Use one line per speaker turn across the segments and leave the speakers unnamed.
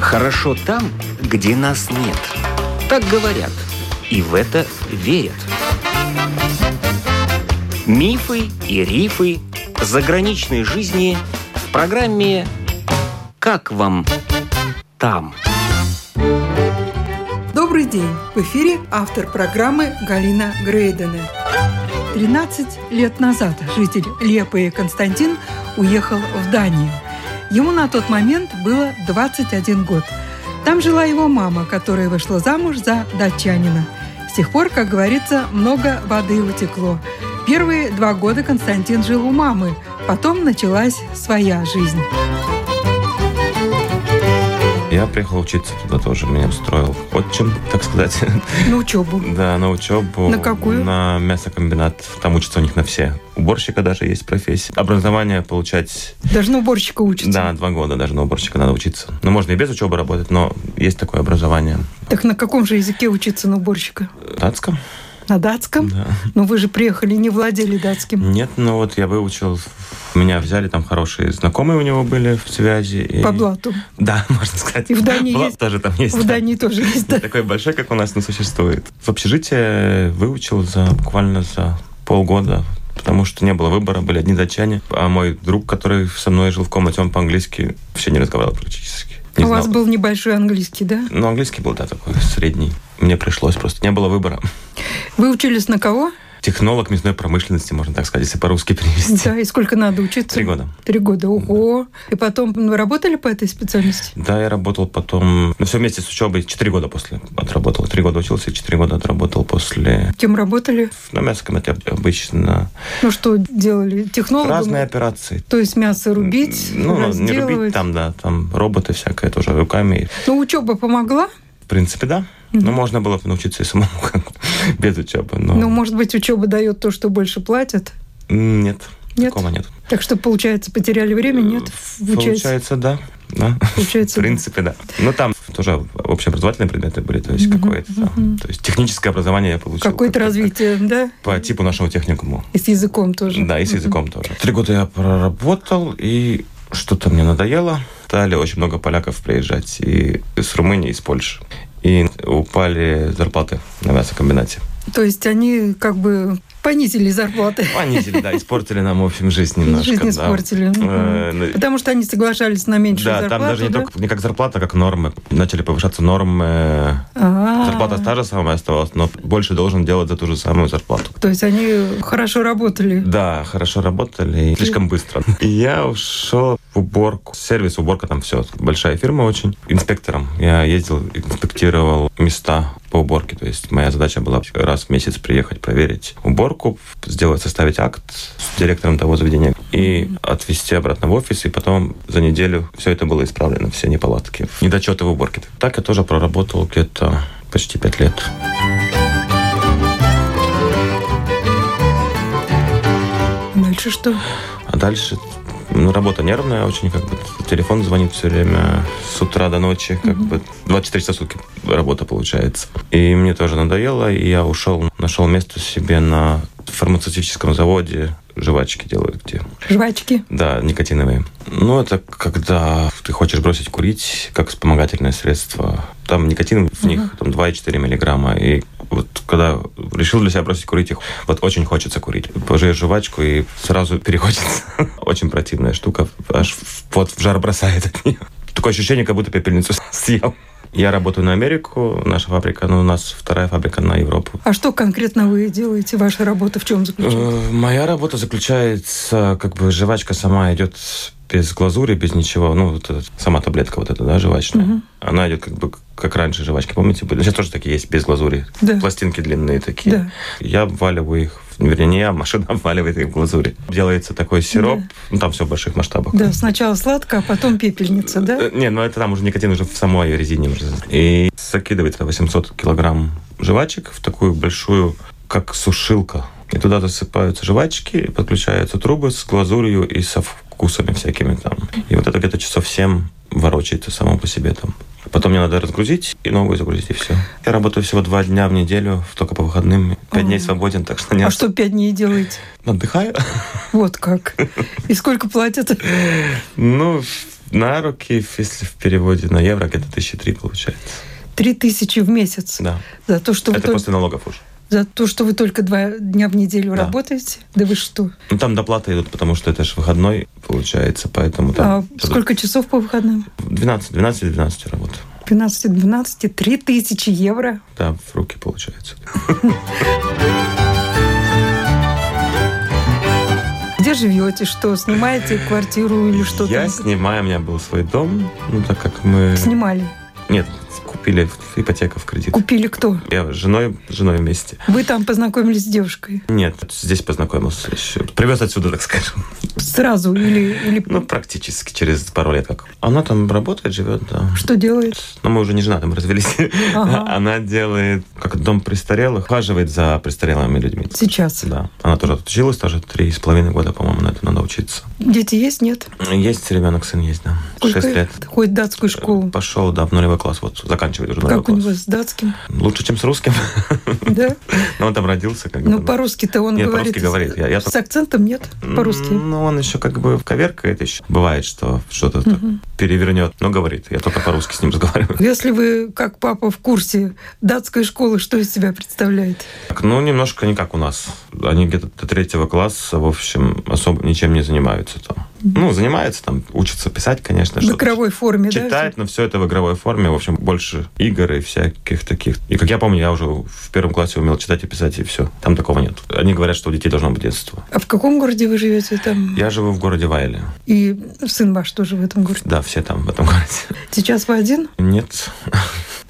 хорошо там, где нас нет. Так говорят. И в это верят. Мифы и рифы заграничной жизни в программе «Как вам там?».
Добрый день! В эфире автор программы Галина Грейдена. 13 лет назад житель Лепы Константин уехал в Данию. Ему на тот момент было 21 год. Там жила его мама, которая вышла замуж за датчанина. С тех пор, как говорится, много воды утекло. Первые два года Константин жил у мамы, потом началась своя жизнь.
Я приехал учиться туда тоже, меня устроил в отчим, так сказать.
На учебу.
Да, на учебу.
На какую?
На мясокомбинат. Там учатся у них на все. Уборщика даже есть профессия. Образование получать...
Даже на уборщика учится.
Да, два года даже на уборщика надо учиться. Ну, можно и без учебы работать, но есть такое образование.
Так на каком же языке учиться на уборщика?
Датском.
На датском?
Да.
Но вы же приехали, не владели датским.
Нет, ну вот я выучил, меня взяли, там хорошие знакомые у него были в связи. и-
По блату.
Да, можно сказать.
И в Дании
Блат
есть-
тоже там есть.
В
да.
Дании тоже есть, да.
Такой большой, как у нас, не существует. В общежитии выучил за буквально за полгода потому что не было выбора, были одни датчане. А мой друг, который со мной жил в комнате, он по-английски вообще не разговаривал практически. Не
У вас
знал.
был небольшой английский, да?
Ну, английский был, да, такой средний. Мне пришлось просто. Не было выбора.
Вы учились на кого?
Технолог мясной промышленности, можно так сказать, если по-русски перевести.
Да, и сколько надо учиться?
Три года.
Три года, ого. И потом вы работали по этой специальности?
Да, я работал потом... Ну, все вместе с учебой. Четыре года после отработал. Три года учился и четыре года отработал после...
Кем работали?
На мясокомбинате обычно
Ну что делали? Технологом?
разные операции.
То есть мясо рубить,
Ну, ну, не
разделывать.
рубить там, да, там роботы всякое тоже руками.
Но учеба помогла?
В принципе, да. Ну, можно было бы научиться и самому как бы, без учебы, но
Ну, может быть, учеба дает то, что больше платят?
М, нет,
Нет?
такого нет.
Так что, получается, потеряли время, нет? Получается.
Э, Получается, да. да.
Получается,
В принципе, да. Ну, там тоже общеобразовательные предметы были, то есть какое-то... То есть техническое образование я получил.
Какое-то
как-то
развитие, да?
так, По типу нашего техникума.
И с языком тоже.
Да, и с языком тоже. Три года я проработал, и что-то мне надоело. Стали очень много поляков приезжать и с Румынии, и с Польши. И упали зарплаты на мясокомбинате.
То есть они как бы понизили зарплаты.
Понизили, да, испортили нам, в общем, жизнь немножко.
Жизнь
да.
испортили.
Э, ну,
Потому что они соглашались на меньшую
Да,
зарплату.
там даже не,
да?
только, не как зарплата, как нормы. Начали повышаться нормы.
А,
Зарплата та же самая оставалась, но больше должен делать за ту же самую зарплату.
А, То есть они хорошо работали.
Да, хорошо работали, и слишком быстро. И я ушел в уборку, сервис уборка там все, большая фирма очень. Инспектором я ездил, инспектировал места по уборке, то есть моя задача была раз в месяц приехать, проверить уборку, сделать, составить акт с директором того заведения и отвезти обратно в офис, и потом за неделю все это было исправлено, все неполадки, недочеты в уборке. Так я тоже проработал где-то почти пять лет.
Дальше что?
А дальше ну, работа нервная очень, как бы телефон звонит все время с утра до ночи, как бы 24 часа в сутки работа получается. И мне тоже надоело, и я ушел, нашел место себе на фармацевтическом заводе, жвачки делают где.
Жвачки.
Да, никотиновые. Ну, это когда ты хочешь бросить курить как вспомогательное средство. Там никотин в них там 2,4 миллиграмма. И вот когда решил для себя бросить курить их, вот очень хочется курить. Пожуешь жвачку и сразу перехочется. Очень противная штука. Аж в- вот в жар бросает от нее. Такое ощущение, как будто пепельницу съел. Я работаю на Америку, наша фабрика, ну, у нас вторая фабрика на Европу.
А что конкретно вы делаете? Ваша работа в чем заключается?
Э, Моя работа заключается, как бы жвачка сама идет без глазури, без ничего. Ну, вот эта сама таблетка вот эта, да, жвачная. Она идет как бы как раньше жвачки, помните? были? Сейчас тоже такие есть без глазури.
Да.
Пластинки длинные такие.
Да.
Я обваливаю их, вернее, не я, а машина обваливает их в глазури. Делается такой сироп, ну, там все в больших масштабах.
Да, сначала сладко, а потом пепельница, да?
Э, Не, ну это там уже никотин уже в самой резине. уже. И закидывается 800 килограмм жвачек в такую большую, как сушилка. И туда засыпаются жвачки, и подключаются трубы с глазурью и со вкусами всякими там. И вот это где-то часов 7 ворочается само по себе там. Потом мне надо разгрузить и новую загрузить, и все. Я работаю всего два дня в неделю, только по выходным. Пять дней свободен, так что не
А
отс-
что пять дней делаете?
отдыхаю.
Вот как. И сколько платят?
Ну, на руки, если в переводе на евро, где-то тысячи три получается.
Три тысячи в месяц.
Да.
За то, что вы
Это
только,
после налогов уже.
за то, что вы только два дня в неделю
Да.
работаете. Да вы что?
Ну, там доплаты идут, потому что это же выходной получается, поэтому там...
А сколько часов по выходным?
12, 12 12 работ.
12-12, три тысячи евро.
Да, в руки получается.
Где живете? Что, снимаете квартиру или что-то?
Я снимаю, у меня был свой дом, ну, так как мы...
Снимали.
Нет, купили в- ипотека в кредит.
Купили кто?
Я с женой, с женой вместе.
Вы там познакомились с девушкой?
Нет, здесь познакомился еще. Привез отсюда, так скажем.
Сразу или, или
Ну, практически через пару лет как. Она там работает, живет, да.
что делает?
Но мы уже не женаты, мы развелись.
Ага.
Она делает как дом престарелых, ухаживает за престарелыми людьми.
Сейчас.
Да. Она тоже отучилась, тоже три с половиной года, по-моему, на это надо учиться.
Дети есть, нет?
Есть ребенок, сын есть, да.
Сколько
Шесть лет. Э,
Ходит в датскую школу.
Пошел, да, в нулевой класс, вот, заканчивает уже нулевой
Как у него
класс.
с датским,
Лучше, чем с русским,
да?
но он там родился, как
Но
бы, да.
по-русски-то он
Нет,
говорит.
по-русски говорит. Я- я
С акцентом нет по-русски.
Ну, он еще как бы коверкает еще. Бывает, что что-то так перевернет, но говорит. Я только по-русски с ним разговариваю.
Если вы, как папа, в курсе датской школы, что из себя представляет?
Так, ну, немножко не как у нас. Они где-то до третьего класса, в общем, особо ничем не занимаются там. Ну, занимаются там, учатся писать, конечно.
В
что-то
игровой форме, да?
Читать, но все это в игровой форме. В общем, больше игр и всяких таких. И как я помню, я уже в первом классе умел читать и писать, и все. Там такого нет. Они говорят, что у детей должно быть детство.
А в каком городе вы живете там?
Я живу в городе Вайле.
И сын ваш тоже в этом городе.
Да, все там, в этом городе.
Сейчас вы один?
Нет,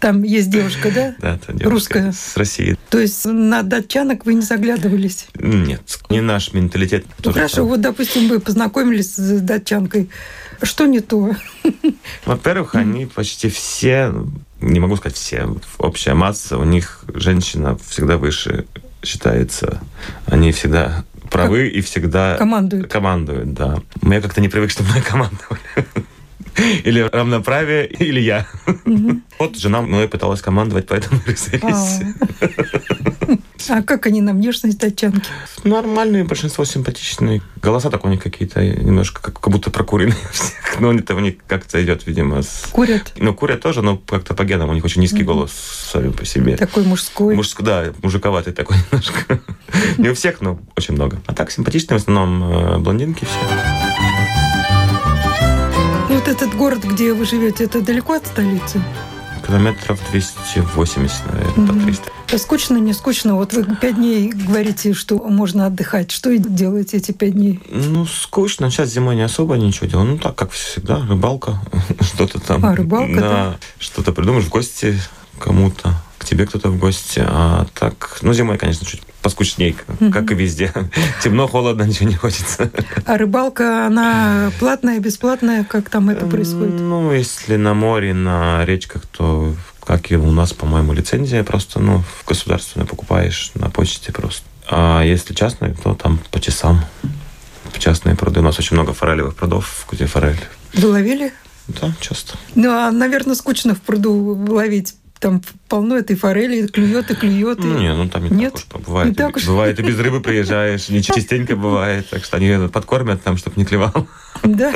Там есть девушка, да?
да, это девушка
Русская.
С России.
То есть на датчанок вы не заглядывались?
Нет, не наш менталитет.
Ну
Тоже
хорошо,
там.
вот, допустим, вы познакомились с датчанкой. Что не то?
Во-первых, они почти все, не могу сказать все, общая масса, у них женщина всегда выше считается. Они всегда правы и всегда
Командует.
командуют, да. Но Я как-то не привык, чтобы мной командовали. Или равноправие, или я.
Мгм.
Вот жена мной пыталась командовать, поэтому развелись.
А. А как они на внешность датчанки?
Нормальные, большинство симпатичные. Голоса так у них какие-то немножко, как, как будто прокуренные у всех. Но это у них как-то идет, видимо, с...
Курят
Ну, курят тоже, но как-то по генам. У них очень низкий голос сами по себе.
такой мужской.
Мужск- да, мужиковатый такой немножко. Не у всех, но очень много. А так симпатичные в основном э, блондинки все.
Ну, Вот этот город, где вы живете, это далеко от столицы?
Километров 280, наверное,
Мгм.
по 300.
Да скучно, не скучно. Вот вы пять дней говорите, что можно отдыхать. Что и делаете эти пять дней?
Ну, скучно. Сейчас зимой не особо ничего делаю. Ну, так, как всегда, рыбалка, что-то там.
А, рыбалка,
Да,
да.
что-то придумаешь в гости кому-то, к тебе кто-то в гости. А так, ну, зимой, конечно, чуть поскучнее, как- как и везде. Темно, холодно, ничего не хочется.
А рыбалка, она платная, бесплатная? Как там это происходит?
Ну, если на море, на речках, то как и у нас, по-моему, лицензия просто, ну, в государственной покупаешь на почте просто. А если частные, то там по часам. В Частные пруды. У нас очень много форелевых прудов, где форель.
Вы ловили?
Да, часто.
Ну, а, наверное, скучно в пруду ловить. Там полно этой форели, клюет и клюет. и-
Ну, не, ну там не
Нет,
так уж бывает.
не так уж.
Бывает, и без рыбы приезжаешь, не частенько бывает. Так что они подкормят там, чтобы не клевал.
Да.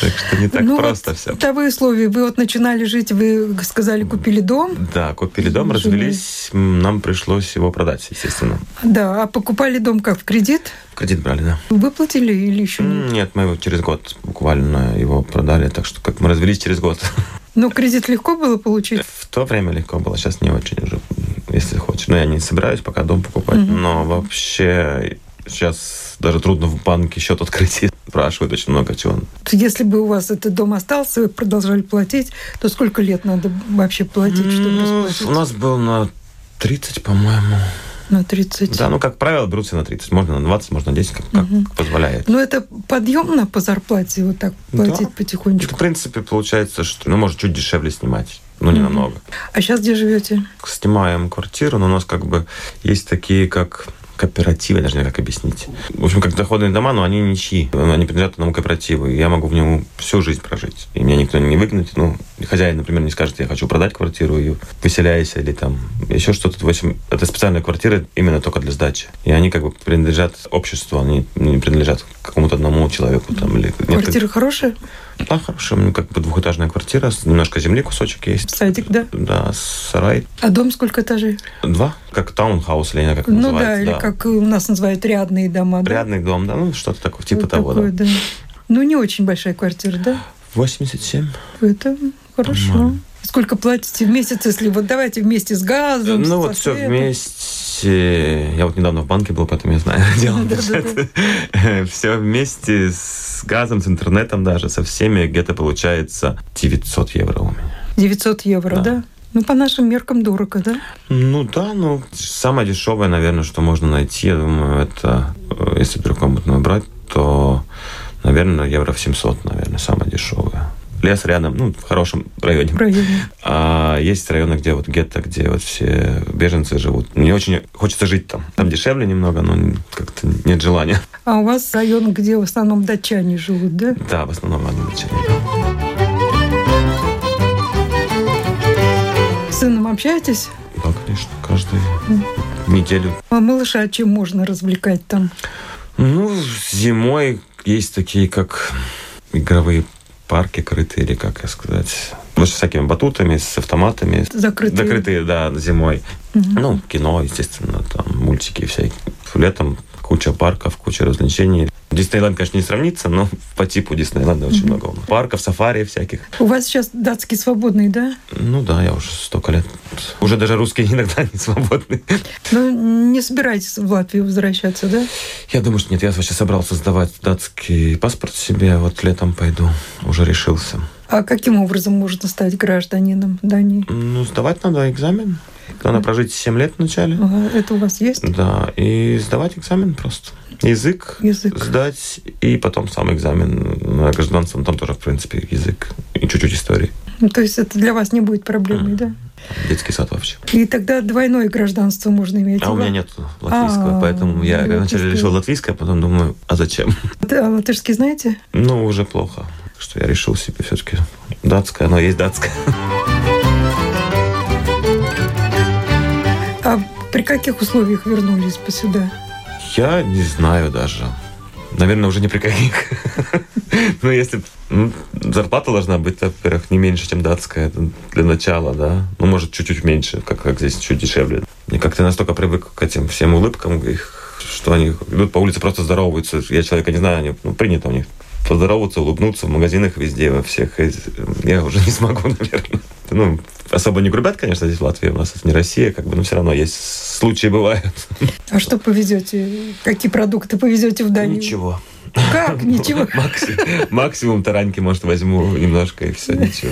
Так что не так
Ну,
просто
вот
все.
бытовые условия. Вы вот начинали жить, вы сказали, купили дом.
Да, купили дом,
Жена.
развелись, м, нам пришлось его продать, естественно.
Да, а покупали дом как, в кредит?
В кредит брали, да.
Выплатили или еще нет?
М, Нет, мы его через год буквально его продали, так что как мы развелись через год.
Но кредит легко было получить?
В то время легко было, сейчас не очень уже, если хочешь. Но я не собираюсь пока дом покупать,
Мгм.
но вообще сейчас даже трудно в банке счет открыть. Спрашивают очень много чего.
Если бы у вас этот дом остался, вы продолжали платить, то сколько лет надо вообще платить, чтобы
Ну,
расплатиться?
у нас был на 30, по-моему.
На 30.
Да, ну, как правило, берут все на 30. Можно на 20, можно на 10, как, как позволяет.
Но Ну, это подъемно по зарплате вот так
Да.
платить
В
потихонечку.
принципе, получается, что, ну, может, чуть дешевле снимать. Ну, не намного.
А сейчас где живете?
снимаем квартиру, но у нас как бы есть такие, как кооператива, я даже не знаю, как объяснить. В общем, как доходные дома, но они ничьи. Они принадлежат одному кооперативу. И я могу в нем всю жизнь прожить. И меня никто не выгнет. Ну, хозяин, например, не скажет, я хочу продать квартиру и выселяйся или там еще что-то. В общем, это специальные квартиры именно только для сдачи. И они как бы принадлежат обществу, они не принадлежат какому-то одному человеку там или... нет, как-
Квартира хорошая?
Да, хорошая, ну, как бы двухэтажная квартира, с- немножко земли кусочек есть.
Садик, да.
Да, сарай.
А дом сколько этажей?
Два, как таунхаус, или не знаю, как это
Ну да,
называется,
или как у нас называют рядные дома. да?
Рядный дом, да, ну что-то такое, типа
Вот
того,
такое,
да.
да. Ну, не очень большая квартира, да?
87.
Это хорошо.
Нормально.
Сколько платите в месяц, если вот давайте вместе с газом?
Ну
со
вот все
светом?
вместе. Я вот недавно в банке был, поэтому я знаю дело.
Да-да-да.
Все вместе с газом, с интернетом даже, со всеми где-то получается 900 евро у меня.
900 евро,
Да.
да. Ну, по нашим меркам дорого, да?
Ну да, ну самое дешевое, наверное, что можно найти, я думаю, это э, если трехкомнатную брать, то, наверное, евро в 700, наверное, самое дешевое. Лес рядом, ну, в хорошем районе.
В районе.
А есть районы, где вот гетто, где вот все беженцы живут. Мне очень хочется жить там. Там дешевле немного, но как-то нет желания.
А у вас район, где в основном датчане живут, да?
Да, в основном они дешевле.
С сыном общаетесь?
Да, конечно, каждую неделю.
А малыша чем можно развлекать там?
Ну, зимой есть такие, как игровые парки крытые, или как я сказать. Ну, с всякими батутами, с автоматами.
Закрытые?
Закрытые, да, зимой.
Мгм.
Ну, кино, естественно, там мультики всякие. Летом куча парков, куча развлечений. Диснейленд, конечно, не сравнится, но по типу Диснейленда очень много. Парков, сафари всяких.
У вас сейчас датский свободный, да?
Ну да, я уже столько лет. Уже даже русские иногда не свободны.
Ну, не собираетесь в Латвию возвращаться, да?
Я думаю, что нет, я вообще собрался сдавать датский паспорт себе, а вот летом пойду, уже решился.
А каким образом можно стать гражданином Дании?
Ну, сдавать надо экзамен. Надо прожить 7 лет вначале.
Ага, А, Это у вас есть?
Да, и сдавать экзамен просто. Язык,
Язык.
сдать, и потом сам экзамен на гражданство. Ну, Там тоже, в принципе, язык и чуть-чуть истории.
Ну, То есть это для вас не будет проблемой, да?
Детский сад вообще.
И тогда двойное гражданство можно иметь.
А у меня
Ла-
нет латвийского,
А,
поэтому я вначале
латвийское.
решил латвийское, а потом думаю, а зачем?
А латышский знаете?
Ну, уже плохо, что я решил себе все-таки датское, но есть датское.
А при каких условиях вернулись бы сюда?
Я не знаю даже. Наверное, уже не при каких. Ну, если... б- ну, Зарплата должна быть, во-первых, не меньше, чем датская. Это для начала, да? Ну, может, чуть-чуть меньше, как, как здесь, чуть дешевле. И как ты настолько привык к этим всем улыбкам их, что они идут по улице, просто здороваются. Я человека не знаю, они, ну, принято у них поздороваться, улыбнуться в магазинах везде, во всех. И Я уже не смогу, наверное. Ну, особо не грубят, конечно, здесь в Латвии. У нас это не Россия, как бы, но все равно есть случаи бывают.
А что повезете? Какие продукты повезете в Данию?
Ничего.
Как? Ничего.
Макси- Максимум тараньки, может, возьму немножко, и все, ничего.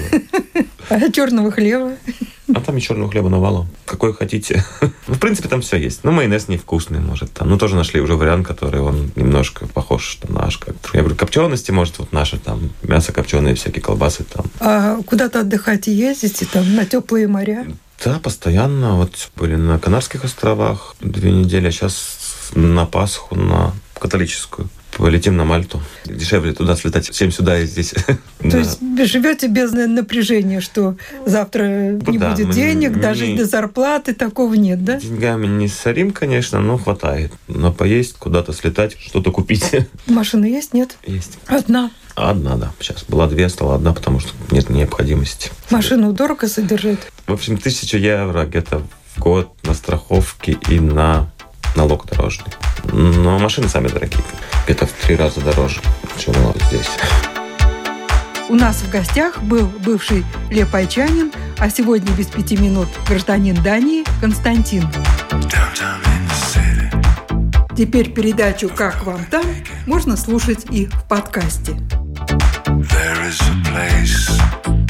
А черного хлеба?
А там и черного хлеба навалом. Какой хотите. Ну, в принципе, там все есть. Ну, майонез невкусный, может, там. Ну, тоже нашли уже вариант, который он немножко похож на наш. Как... Я говорю, копчености, может, вот наши там, мясо копченые, всякие колбасы там.
А куда-то отдыхать и ездите там на теплые моря?
Да, постоянно. Вот были на Канарских островах две недели, а сейчас на Пасху, на католическую. Полетим на Мальту. Дешевле туда слетать, чем сюда и здесь.
То
Да.
есть живете без на- напряжения, что завтра
Ну
не
да,
будет
мы
денег,
не-
даже
не-
до зарплаты такого нет, да?
Деньгами не сорим, конечно, но хватает. На поесть, куда-то слетать, что-то купить.
Машина есть, нет?
Есть.
Одна.
Одна, да. Сейчас была две, стала одна, потому что нет необходимости.
Машину дорого содержать.
В общем, тысяча евро где-то в год на страховке и на налог дорожный. Но машины сами дорогие. Где-то в три раза дороже, чем у нас здесь.
У нас в гостях был бывший лепайчанин, а сегодня без пяти минут гражданин Дании Константин.
Теперь передачу «Как вам там» можно слушать и в подкасте.
There is a place